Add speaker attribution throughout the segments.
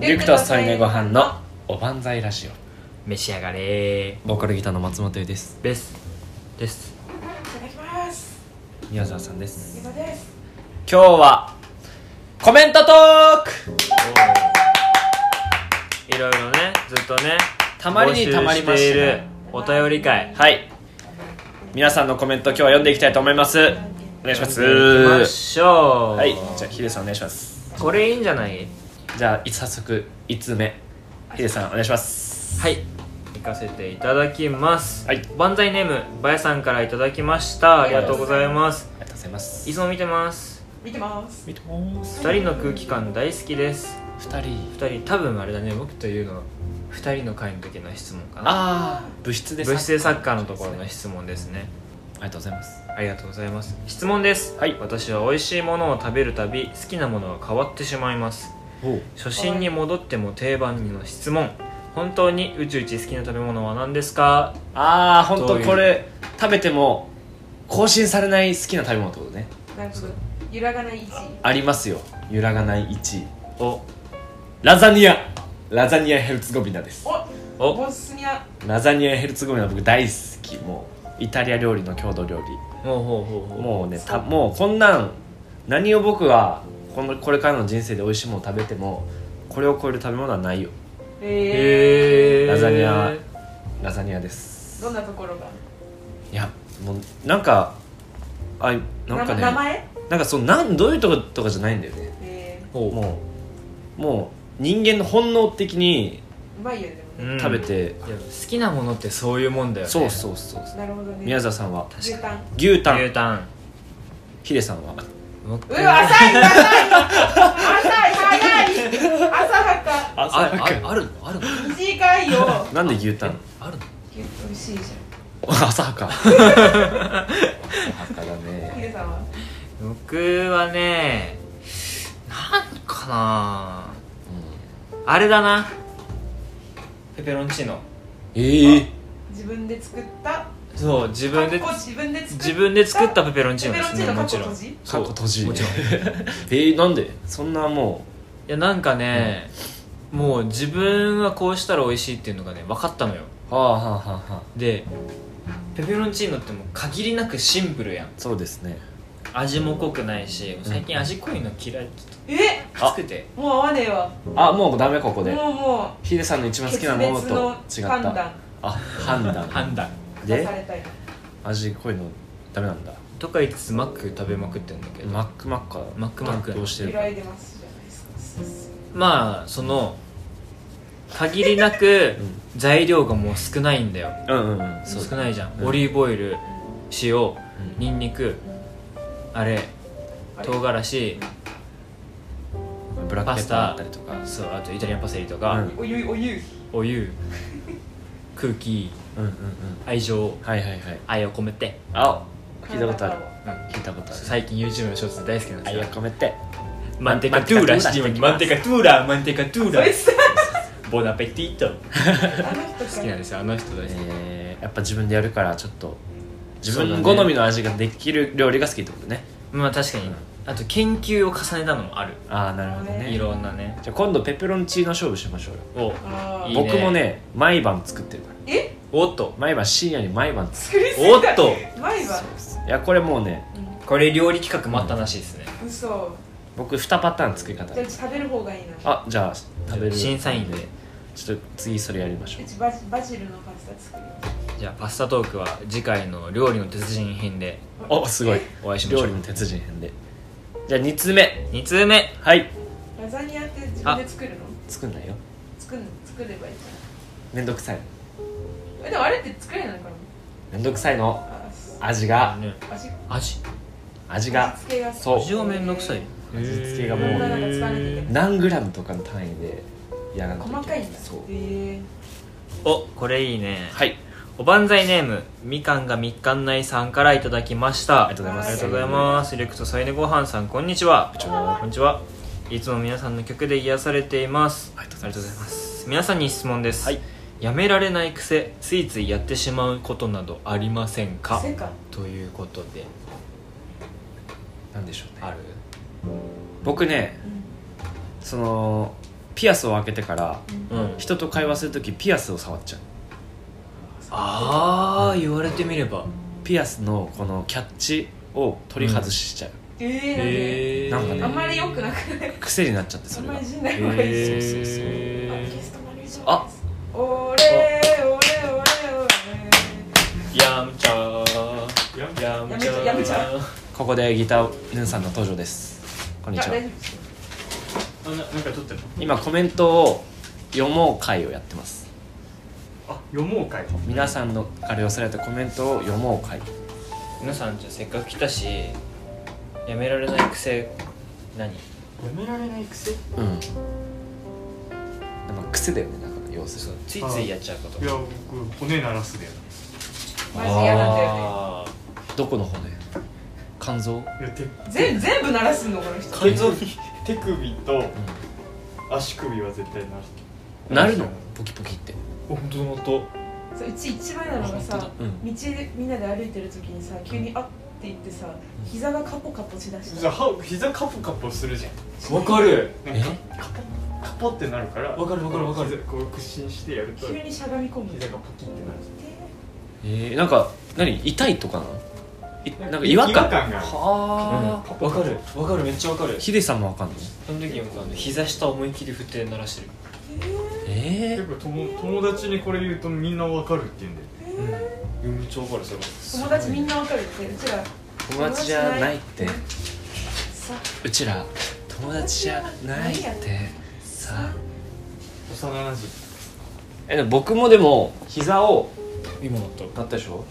Speaker 1: ゆくと添い寝ご飯のおばんざいラジオ
Speaker 2: 召し上がれ
Speaker 1: ボーカルギターの松本優です
Speaker 2: ですです
Speaker 3: いただきます。
Speaker 1: 宮沢さんです
Speaker 3: ゆばです。
Speaker 1: 今日はコメントトーク
Speaker 2: いろいろねずっとね
Speaker 1: たまりにたまりましたね
Speaker 2: 募集ているお便り会
Speaker 1: はい皆さんのコメント今日は読んでいきたいと思いますお願いします
Speaker 2: 行きましょう
Speaker 1: はいじゃあヒデさんお願いします
Speaker 2: これいいんじゃない
Speaker 1: じゃあ早速5つ目ヒデさんお願いします
Speaker 2: はい行かせていただきます
Speaker 1: はい
Speaker 2: バンザイネームばやさんからいただきましたありがとうございます
Speaker 1: ありがとうございます
Speaker 2: いつも見てます
Speaker 3: 見てます。
Speaker 1: 見てます
Speaker 2: 二人の空気感大好きです
Speaker 1: 2人
Speaker 2: 二人多分あれだね僕というのは二人の会の時の質問かな
Speaker 1: ああ部室で
Speaker 2: 物質でサッカーのところの質問ですね
Speaker 1: ありがとうございます
Speaker 2: ありがとうございます質問です
Speaker 1: はい
Speaker 2: 私は美味しいものを食べるたび好きなものが変わってしまいます
Speaker 1: おう
Speaker 2: 初心に戻っても定番の質問本当に宇宙一好きな食べ物は何ですか
Speaker 1: ああ本
Speaker 2: ど
Speaker 1: 当
Speaker 2: ういう
Speaker 1: これ食べても更新されない好きな食べ物ってことね
Speaker 3: なんか揺らがない位置。
Speaker 1: ありますよ揺らがない1位
Speaker 2: お
Speaker 1: ラザニアラザニアヘルツゴビナです
Speaker 3: お、
Speaker 2: お
Speaker 3: ボスニア。
Speaker 1: ラザニアヘルツゴビナ僕大好きもうイタリア料理の郷土料理
Speaker 2: ほうほうほうほう
Speaker 1: もうねたもうこんなん何を僕はこのこれからの人生で美味しいものを食べてもこれを超える食べ物はないよ
Speaker 3: ええ
Speaker 1: ラザニアラザニアです
Speaker 3: どんなところが。
Speaker 1: いやもうなんかあなんかね
Speaker 3: 名前。
Speaker 1: なんかそのなんどういうとことかじゃないんだよね
Speaker 3: ええ
Speaker 2: ほ
Speaker 1: もうもう人間の本能的に
Speaker 3: うまいよね。でもね
Speaker 2: うん
Speaker 1: 食べて、
Speaker 2: いや好きなものってそういうもんだよね
Speaker 1: そうそうそうそう
Speaker 3: なるほどね。
Speaker 1: 宮沢さんは
Speaker 3: 牛タン。
Speaker 1: 牛タ
Speaker 2: 牛
Speaker 1: ン
Speaker 2: タン
Speaker 1: ヒデさんは
Speaker 2: 僕
Speaker 3: うわ、浅い、浅い。浅い、早い。浅はか。
Speaker 1: あ
Speaker 2: あああるのあるの
Speaker 3: 短いよ。
Speaker 1: なんで牛タン
Speaker 2: あるの
Speaker 3: 美味しいじ
Speaker 1: 浅はか浅はかだ
Speaker 3: ゃん。ヒ
Speaker 1: ね
Speaker 3: デさんは。
Speaker 2: 僕はねなんかなあれだなペペロンチーノ
Speaker 1: ええ
Speaker 3: 自分で作った。
Speaker 2: そう自分で
Speaker 3: かっこ自分で作った。
Speaker 2: 自分で作ったペペロンチー
Speaker 3: ペ
Speaker 2: ノ
Speaker 3: ペロンチー
Speaker 2: ですね
Speaker 3: ノ
Speaker 2: も
Speaker 3: 過
Speaker 2: ち
Speaker 3: 去
Speaker 2: ろん
Speaker 3: 閉
Speaker 2: い
Speaker 3: じ。
Speaker 1: 過去閉じ
Speaker 2: もちろん
Speaker 1: えー、なんでそんなも
Speaker 2: やなんかね、もう自分はこうしたら美味しいっていうのがね分かったのよ
Speaker 1: うはあはあはあはあ
Speaker 2: でペペロンチーノってもう限りなくシンプルやん
Speaker 1: そうですね
Speaker 2: 味も濃くないし最近味濃いの嫌いちょっ
Speaker 3: え、
Speaker 2: ときつくて
Speaker 3: もう合わねえわ。
Speaker 1: あもうダメここで
Speaker 3: もう、もう。
Speaker 1: ヒデさんの一番好きなものと違っ
Speaker 3: 判
Speaker 1: た
Speaker 3: 断
Speaker 1: あ判断
Speaker 2: 判断
Speaker 3: 出
Speaker 1: で
Speaker 3: されたい
Speaker 1: 味濃いのダメなんだ
Speaker 2: とか言いつつマック食べまくってんだけど、
Speaker 1: マックマッカー
Speaker 2: マックマッカー
Speaker 1: どうして
Speaker 3: 揺
Speaker 1: る
Speaker 3: らいでますじゃないですか
Speaker 2: まあその限りなく材料がもう少ないんだよ
Speaker 1: うんうんうんそう
Speaker 2: 少ないじゃん、
Speaker 1: うん
Speaker 2: オリーブオイル塩にんにくあれ
Speaker 3: あれ
Speaker 2: 唐辛子
Speaker 1: ブラックペッパーだったりとか
Speaker 2: そうあとイタリアンパセリとか、
Speaker 1: うん
Speaker 3: お湯お湯
Speaker 2: お湯空気
Speaker 1: うんうんうん
Speaker 2: 愛情
Speaker 1: はいはいはい
Speaker 2: 愛を込めて、
Speaker 1: あ聞いたことある
Speaker 2: うん
Speaker 1: 聞いたことある
Speaker 2: 最近 YouTube のショーツ大好きなんで
Speaker 1: あ
Speaker 2: す
Speaker 1: い
Speaker 2: よ
Speaker 1: や込めて
Speaker 2: マンテカトゥー
Speaker 1: マ
Speaker 2: ラ
Speaker 1: ンテカトゥーラしていきます
Speaker 2: マンテカトゥーラマンテカトゥー
Speaker 3: そ
Speaker 2: ラ
Speaker 3: いつ
Speaker 2: ボナペティート
Speaker 3: あの人
Speaker 2: 好きなん
Speaker 3: か
Speaker 2: ですよあの人大好き、
Speaker 1: えーやっぱ自分でやるからちょっと自
Speaker 2: そうだ
Speaker 1: 分
Speaker 2: ね
Speaker 1: 好みの味ができる料理が好きってことね
Speaker 2: まあ確かにあと研究を重ねたのもある
Speaker 1: ああなるほどね
Speaker 2: いろんなね
Speaker 1: じゃあ今度ペペロンチーノ勝負しましょうよ
Speaker 2: お
Speaker 3: あ
Speaker 2: いい
Speaker 3: ー
Speaker 2: ね
Speaker 1: 僕もね毎晩作ってるから
Speaker 3: え
Speaker 2: おっと
Speaker 1: 毎晩深夜に毎晩作
Speaker 3: 作りすぎた
Speaker 2: おっと
Speaker 3: 前は
Speaker 1: るいやこれもうね
Speaker 2: これ料理企画待ったなしですね、
Speaker 3: 嘘
Speaker 1: 僕2パターン作り方あ
Speaker 3: じ
Speaker 1: る
Speaker 3: ゃあうち食べる方がいいな
Speaker 1: あじゃあ食べる
Speaker 2: 審査員で
Speaker 1: ちょっと次それやりましょ
Speaker 3: う
Speaker 1: う
Speaker 3: ちバジバジルのパスタ作る
Speaker 2: じゃあパスタトークは次回の料理の鉄人編で
Speaker 1: おすごい
Speaker 2: お会いしましょ
Speaker 1: 料
Speaker 2: う
Speaker 1: 理の鉄人編でじゃあ2つ目
Speaker 2: 2通目
Speaker 1: はい
Speaker 3: ラザニアって自分で作るの
Speaker 1: 作んないよ
Speaker 3: 作ん作ればいいじ
Speaker 1: めんどくさい
Speaker 3: ゃんえでもあれって作れないのかな
Speaker 1: めんどくさいの
Speaker 3: あ
Speaker 1: 味が
Speaker 2: ね
Speaker 3: 味
Speaker 2: 味
Speaker 1: 味が
Speaker 3: 味付けが
Speaker 1: そう
Speaker 2: 味がめんどくさい
Speaker 1: 味付けが
Speaker 3: い
Speaker 1: もう
Speaker 3: ろんななんか使わなきゃいけない
Speaker 1: 何グラムとかの単位でやらなきゃ
Speaker 3: 細かいんだ
Speaker 1: そう
Speaker 3: へえ
Speaker 2: おこれいいね
Speaker 1: はい
Speaker 2: おばんざいネームみかんがみっかんないさんからいただきました
Speaker 1: ありがとうございます
Speaker 2: ありがとうございますレクトサイネごはんさんこんにち
Speaker 1: こ
Speaker 2: は
Speaker 1: んにちは
Speaker 2: こんにちはいつも皆さんの曲で癒されています
Speaker 1: ありがとうございます
Speaker 2: す皆さんに質問です、
Speaker 1: はい
Speaker 2: やめられない癖ついついやってしまうことなどありませんか
Speaker 3: せか
Speaker 2: ということで
Speaker 1: なんでしょうね
Speaker 2: ある
Speaker 1: 僕ね
Speaker 3: うん
Speaker 1: そのピアスを開けてから
Speaker 2: うん、
Speaker 1: 人と会話する時ピアスを触っちゃう
Speaker 2: ああ言われてみれば
Speaker 1: ピアスのこのキャッチを取り外しちゃう、
Speaker 3: え
Speaker 2: ー
Speaker 1: なんか
Speaker 3: え
Speaker 1: ね
Speaker 3: あんまり良くなくない
Speaker 1: 癖になっちゃって
Speaker 3: あ
Speaker 1: そ
Speaker 3: ん
Speaker 1: れ
Speaker 3: ま
Speaker 1: が
Speaker 3: り信頼もないし
Speaker 1: そうそうそう
Speaker 3: あ
Speaker 2: へ
Speaker 3: ゲストマネージャー
Speaker 2: あ
Speaker 3: です俺俺俺
Speaker 2: ーやんちゃーやんちゃー
Speaker 3: やむちゃ
Speaker 1: ここでギターヌンさんの登場ですこん
Speaker 3: 俺
Speaker 1: に
Speaker 3: あ
Speaker 1: ちは
Speaker 3: 大丈夫です
Speaker 4: あななんか撮ってるの
Speaker 1: 今コメントを読もう会をやってます
Speaker 4: あ読もうかい
Speaker 1: 皆さんのから寄せられたコメントを読もう会
Speaker 2: 皆さんじゃあせっかく来たしやめられない癖何
Speaker 4: やめられない癖い
Speaker 1: うんなんか癖だよねなんか要するに
Speaker 2: ついついやっちゃうこと
Speaker 4: や僕骨鳴らすで
Speaker 3: マジ嫌なんだよね
Speaker 2: あ
Speaker 1: どこの骨肝臓
Speaker 4: いや手
Speaker 3: 全全部鳴らすのこの人
Speaker 4: 肝臓に 手首と足首は絶対鳴る
Speaker 1: なるのポキポキって
Speaker 4: 本当の音
Speaker 3: そううち一番なのがさ
Speaker 1: あ本当
Speaker 3: 道
Speaker 1: だうん
Speaker 3: でみんなで歩いてる時にさ急にあって言ってさ膝がカポカポしだした
Speaker 4: じゃあ歯膝カポカポするじゃん
Speaker 2: ーわかる
Speaker 4: なんかカポカポってなるから
Speaker 2: わかるわかるわかる
Speaker 4: 膝こう屈伸してやると
Speaker 3: 急にしゃがみ込む
Speaker 4: 膝がポキってなる
Speaker 1: えー、なんか何痛いとかなのいなんか違和感
Speaker 4: がある
Speaker 1: はあ、
Speaker 2: わかるわかるめっちゃわかる
Speaker 1: ヒデさんもわかんの
Speaker 2: その時僕あの膝下思いっきり振って鳴らしてる
Speaker 1: え
Speaker 4: 結構友友達にこれ言うとみんなわかるって言うんだよ
Speaker 2: うんめっちゃわかるそれ
Speaker 3: 友達みんなわかるってうちら
Speaker 1: ー、友達じゃないって
Speaker 3: さ
Speaker 1: うちら友達じゃないってさ
Speaker 4: 幼なじ
Speaker 1: えでも僕もでも膝を
Speaker 2: 今だった
Speaker 1: なったでしょ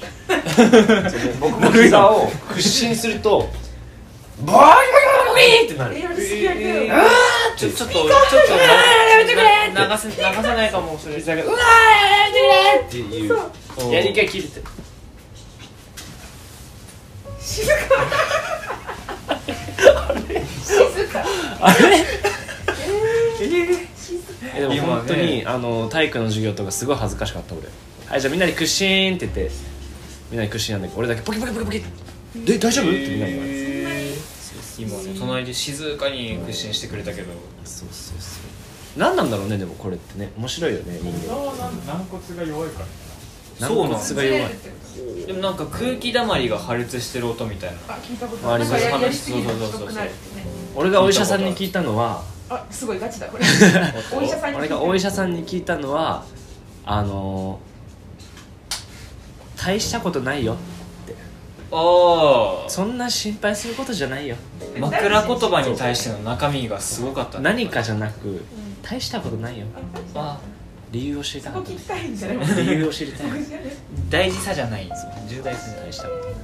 Speaker 1: そうね 僕も膝を屈伸するとバーリバリバリバリってなる
Speaker 3: え俺好きやけど、
Speaker 2: えーちょちょっとちょっとな流せ流さないかもそれ膝がうわ
Speaker 1: っていう
Speaker 2: ー
Speaker 1: やりが切れて
Speaker 3: 静か静か
Speaker 1: あれ
Speaker 3: 静か
Speaker 1: えでも
Speaker 2: 今ね
Speaker 1: 本当に、あの体育の授業とかすごい恥ずかしかった俺はいじゃあみんなで屈伸って言ってみんなで屈伸なんだけど俺だけポキポキポキポキで大丈夫、ってみんなに言われて
Speaker 2: 今ね隣で静かに屈伸してくれたけど
Speaker 1: そうそうそう何なんだろうねでもこれってね面白いよね人
Speaker 4: 膝
Speaker 1: 間
Speaker 4: はなん軟骨が弱いから
Speaker 2: そうな
Speaker 1: 軟
Speaker 2: んだ
Speaker 1: 骨が弱い
Speaker 3: ずれるってこと
Speaker 2: でもなんか空気だまりが破裂してる音みたいな
Speaker 3: あ聞いたこと
Speaker 1: あ
Speaker 3: あ
Speaker 1: あり
Speaker 3: る
Speaker 1: ま
Speaker 3: なんか
Speaker 1: す
Speaker 3: ややりすぎると太くなるってね
Speaker 1: 俺がお医者さんに聞いたのは
Speaker 3: あすごいガチだこれ
Speaker 2: 音
Speaker 3: お医者さんに
Speaker 1: 俺がお医者さんに聞いたのはあのー大したことないよ
Speaker 2: ああ
Speaker 1: そんな心配することじゃないよ
Speaker 2: 枕言葉に対しての中身がすごかったね
Speaker 1: 何かじゃなく
Speaker 3: ん
Speaker 1: 大したことないよ
Speaker 2: あ
Speaker 1: 理由を知りた
Speaker 3: そ
Speaker 1: か
Speaker 3: こ
Speaker 1: った
Speaker 3: 聞
Speaker 1: で
Speaker 3: き
Speaker 1: す
Speaker 3: たいんじゃない
Speaker 1: 理由を知りたい
Speaker 3: 僕じゃない
Speaker 2: 大事さじゃないんですよ重大さじゃない
Speaker 1: 大したことない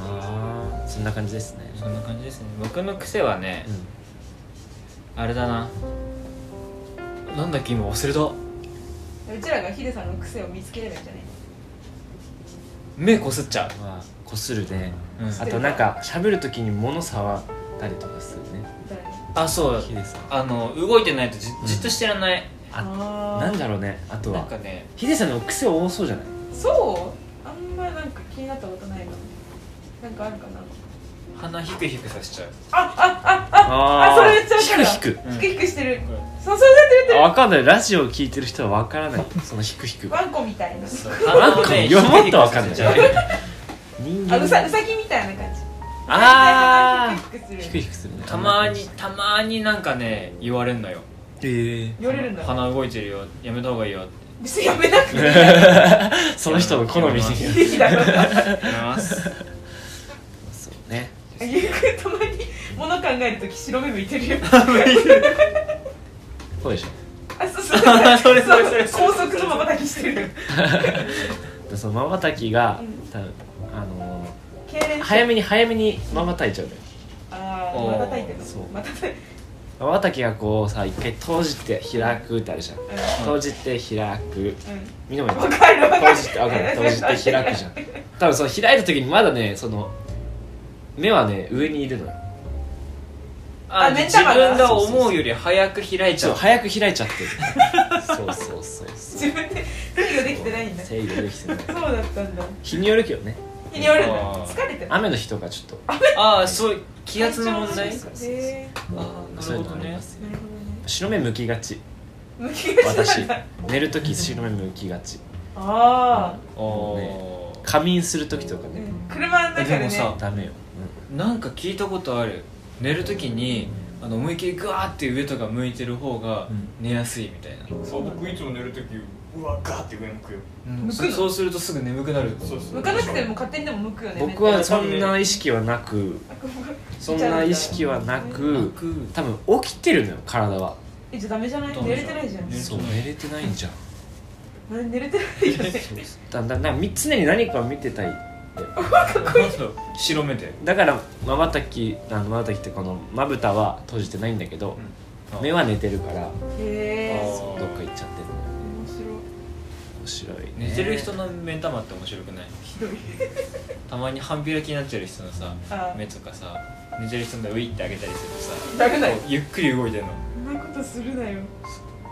Speaker 1: ああそんな感じですね
Speaker 2: そんな感じですね僕の癖はね
Speaker 1: うん
Speaker 2: あれだななんだっけ今忘れた
Speaker 3: うちらがヒデさんの癖を見つければいいんじゃない
Speaker 2: 目こすっちゃう
Speaker 1: まあこするね
Speaker 2: うん
Speaker 1: あとなんか喋るときに物触ったりとかするね
Speaker 3: 誰に
Speaker 2: あそう
Speaker 1: ヒデさん
Speaker 2: あの動いてないとじじっとしてらんない
Speaker 1: あ
Speaker 3: あ
Speaker 1: なんだ
Speaker 3: ろ
Speaker 1: ろうねあと
Speaker 2: なん
Speaker 1: は
Speaker 2: かね
Speaker 1: ヒデさんの癖多そうじゃないう
Speaker 3: そうあんまなんか気になったことないかもなんかあるかな
Speaker 2: 鼻ヒクヒクさせちゃう
Speaker 3: あああああそれめっちゃわかる
Speaker 1: 引く引く
Speaker 2: うん
Speaker 3: ヒクヒクしてる
Speaker 2: これ
Speaker 3: そうそうやってるやって
Speaker 1: あ
Speaker 3: る
Speaker 1: わかんないラジオ聞いてる人はわからないそのヒクヒク
Speaker 3: ワンコみたいな
Speaker 2: そう
Speaker 1: なんか
Speaker 2: ね
Speaker 1: よもっとわかんない
Speaker 2: ヒクヒクさせちゃう
Speaker 1: 人
Speaker 3: あ
Speaker 1: 間
Speaker 3: うさうさぎみたいな感じ
Speaker 1: あ
Speaker 3: ヒクヒク
Speaker 1: ー
Speaker 3: す
Speaker 1: ヒ
Speaker 3: る
Speaker 1: クヒクするね
Speaker 2: たまにたまになんかね言われんのよ
Speaker 1: ええ
Speaker 3: 言われるんだ
Speaker 2: 鼻動いてるよやめた方がいいよ
Speaker 3: 別にやめなくていいや
Speaker 1: その人の好みに
Speaker 2: い
Speaker 3: めきだろ
Speaker 2: やめます
Speaker 1: そうね
Speaker 3: ゆうくんたまに物考えるとき白目向いてるよ
Speaker 1: そうでしょ
Speaker 3: あそうそう
Speaker 2: それそれそれ
Speaker 3: 高速のまばたきしてる
Speaker 1: でそのまばたきが
Speaker 3: うん
Speaker 1: 多分あの
Speaker 3: 痙攣し
Speaker 1: ー
Speaker 3: て
Speaker 1: 早めに早めにまばたいちゃうのよ
Speaker 3: ああまばたいてるの
Speaker 1: そう
Speaker 3: まばたいて
Speaker 1: まばたきがこうさ一回閉じて開くってあるじゃん閉じて開く
Speaker 3: うんうん
Speaker 1: みんなも
Speaker 3: わかるわか
Speaker 1: 閉
Speaker 3: る
Speaker 1: じてわかる閉じて開くじゃん多分その開いた時にまだねその目はね上にいるのよ
Speaker 2: あ
Speaker 3: あ目ん
Speaker 2: 自
Speaker 3: 玉が
Speaker 2: 分が思うより早く開いち
Speaker 1: そう
Speaker 2: ゃう
Speaker 1: 早く開いちゃってるそうそうそうそう
Speaker 3: 自分で制御 できてないんだそう
Speaker 1: 制御できてない
Speaker 3: だったんだ
Speaker 1: 日によるけどね
Speaker 3: 日によるんだ
Speaker 2: あー
Speaker 3: 疲れてる
Speaker 1: 雨の日とかちょっと
Speaker 2: ああそう気圧の問題
Speaker 3: へえ
Speaker 2: ああ
Speaker 1: そういうのありま
Speaker 3: なるほどね
Speaker 1: 白目向きがち
Speaker 3: 向きがち
Speaker 1: 私
Speaker 3: なんだ
Speaker 1: 寝る時白目向きがち
Speaker 3: あ
Speaker 1: あの仮眠する時とか
Speaker 3: あ、
Speaker 1: ね、
Speaker 3: うん車の中で
Speaker 2: えで
Speaker 3: ね
Speaker 2: もさ
Speaker 1: ダメよ、
Speaker 2: なんか聞いたことある寝るときにあの思いっきりグワーって上とか向いてる方が寝やすいみたいな、
Speaker 4: そう僕いつも寝るときうわガーって上向くよ
Speaker 2: うん
Speaker 3: 向くの
Speaker 2: そうするとすぐ眠くなる
Speaker 4: そうそう
Speaker 3: 向かなくても勝手にでも向くよね
Speaker 1: 僕はそんな意識はなくそんな意識はな
Speaker 2: 向
Speaker 1: く
Speaker 2: く
Speaker 1: 多分起きてるのよ体は
Speaker 3: えじゃあダメじゃない寝れてないじゃん
Speaker 2: 寝れて
Speaker 1: そう
Speaker 2: ない
Speaker 1: 寝れてないんじゃん
Speaker 3: あれ寝れてないよね
Speaker 1: だんだんなんかみ常に何かを見てたい
Speaker 2: そう白目で
Speaker 1: だからまばたきあのまばたきってこのまぶたは閉じてないんだけど、
Speaker 2: うん
Speaker 1: 目は寝てるから
Speaker 3: へえ
Speaker 2: あ
Speaker 3: 面
Speaker 2: ー
Speaker 1: どっか行っちゃってるの
Speaker 3: 白い
Speaker 1: 面白いね
Speaker 2: 寝てる人の目玉って面白くない
Speaker 3: ひどい
Speaker 2: たまに半開きになってる人のさ
Speaker 3: あ
Speaker 2: 目とかさ寝てる人のウィってあげたりするとさ
Speaker 3: ダメだよ
Speaker 2: こうゆっくり動いてるの
Speaker 3: そんなことするなよ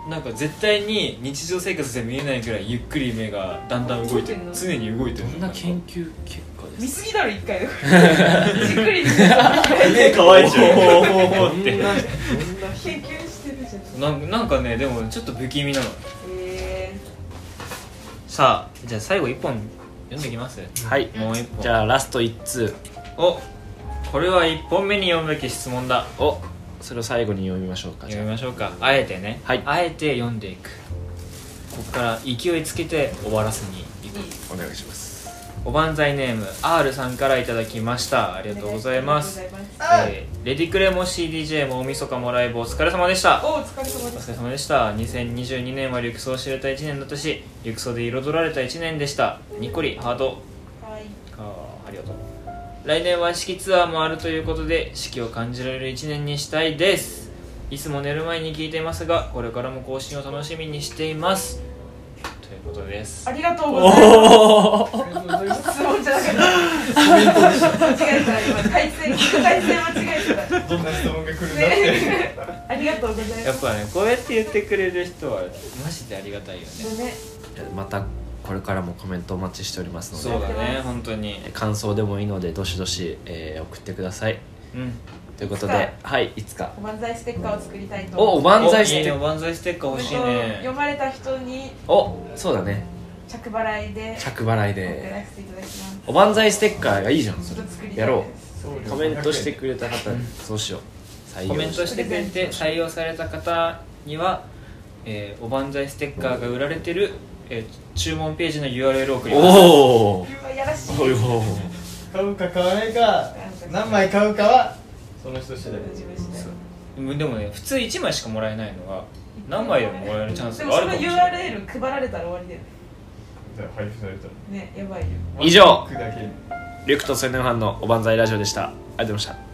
Speaker 2: なんか絶対に日常生活で見えないくらいゆっくり目がだんだん動いて
Speaker 3: 動いて
Speaker 2: る
Speaker 3: んの
Speaker 2: 常に動いて
Speaker 1: こ
Speaker 2: る
Speaker 1: んな研究結果
Speaker 3: 見
Speaker 1: です
Speaker 3: ぎだろ一回じっくり見てさ
Speaker 2: 目可愛いじゃん
Speaker 1: こんな
Speaker 3: 研究してるじゃん
Speaker 2: なんなんかねでもちょっと不気味なの
Speaker 3: え
Speaker 2: さあじゃあ最後一本読んできます
Speaker 1: はい
Speaker 2: もう一本
Speaker 1: じゃあラスト1通
Speaker 2: おこれは一本目に読むべき質問だ
Speaker 1: をそれを最後に読みましょうかじゃ
Speaker 2: 読
Speaker 1: あ
Speaker 2: みましょうかあえてね、
Speaker 1: はい
Speaker 2: あえて読んでいくここから勢いつけて終わらせにいく
Speaker 1: お願いします
Speaker 2: おばんざいネーム R さんからいただきましたあり
Speaker 3: ー
Speaker 2: がとうございます
Speaker 3: ありがとうございます
Speaker 2: えーレディクレも CDJ も大晦日もライブお疲れ様でした
Speaker 3: おお疲れ様
Speaker 2: お
Speaker 3: で
Speaker 2: 疲
Speaker 3: す
Speaker 2: れ様でした2022年はリュクソを知れた1年だったしリュクソで彩られた1年でしたニコリハート
Speaker 3: はい
Speaker 2: あーありがとう来年は四季ツアーもあるということで四季を感じられる1年にしたいですいつも寝る前に聞いていますがこれからも更新を楽しみにしていますということです
Speaker 3: ありがとうございます質問じゃなかった。間違えた。今回線回線間違えて
Speaker 4: どんな質問が来るん
Speaker 3: た。
Speaker 4: だって
Speaker 3: ね。ありがとうございます。
Speaker 2: やっぱねこうやって言ってくれる人はマジでありがたいよね
Speaker 3: ね。
Speaker 1: またこれからもコメントお待ちしておりますの
Speaker 2: そ
Speaker 1: で
Speaker 2: うだね本当に
Speaker 1: え感想でもいいのでどしどし、えー送ってください
Speaker 2: うん
Speaker 1: ということ
Speaker 3: いつ
Speaker 1: で
Speaker 3: か
Speaker 1: はいいつか
Speaker 3: おばんざいステッカーを作りたいと
Speaker 1: おお
Speaker 3: 思います。
Speaker 1: ばんざいし
Speaker 2: おいい
Speaker 1: て
Speaker 2: ねおばんざいステッカー欲しい
Speaker 3: 読
Speaker 2: ね
Speaker 3: まれた人に
Speaker 1: おそうだね
Speaker 3: 着払いで
Speaker 1: 着払い
Speaker 3: 送
Speaker 1: で
Speaker 3: らせていただきます。
Speaker 1: おばんざいステッカーがいいじゃん
Speaker 3: ち
Speaker 1: そ
Speaker 3: ょっ
Speaker 1: れ
Speaker 3: と作りたいです
Speaker 1: やろうコメントしてくれた方そうしよう採用
Speaker 2: コメントしてくれて採用された方には、えーおばんざいステッカーが売られてる、えー注文ページの URL を送ります
Speaker 1: おお
Speaker 3: うわやらしい。
Speaker 1: おいお
Speaker 4: 買うか買わないか何枚買うかはその人次第
Speaker 3: 自分次第
Speaker 2: うんでもね普通1枚しかもらえないのが何枚でももらえるチャンスがあるかもし
Speaker 3: で
Speaker 2: れ
Speaker 3: もその
Speaker 2: ない
Speaker 3: URL 配られたら終わりだよね。
Speaker 4: 配布されたら
Speaker 3: ねやばいよ。
Speaker 1: 以上
Speaker 4: だけ
Speaker 1: リュクと千年ファンのおばんざいラジオでしたありがとうございました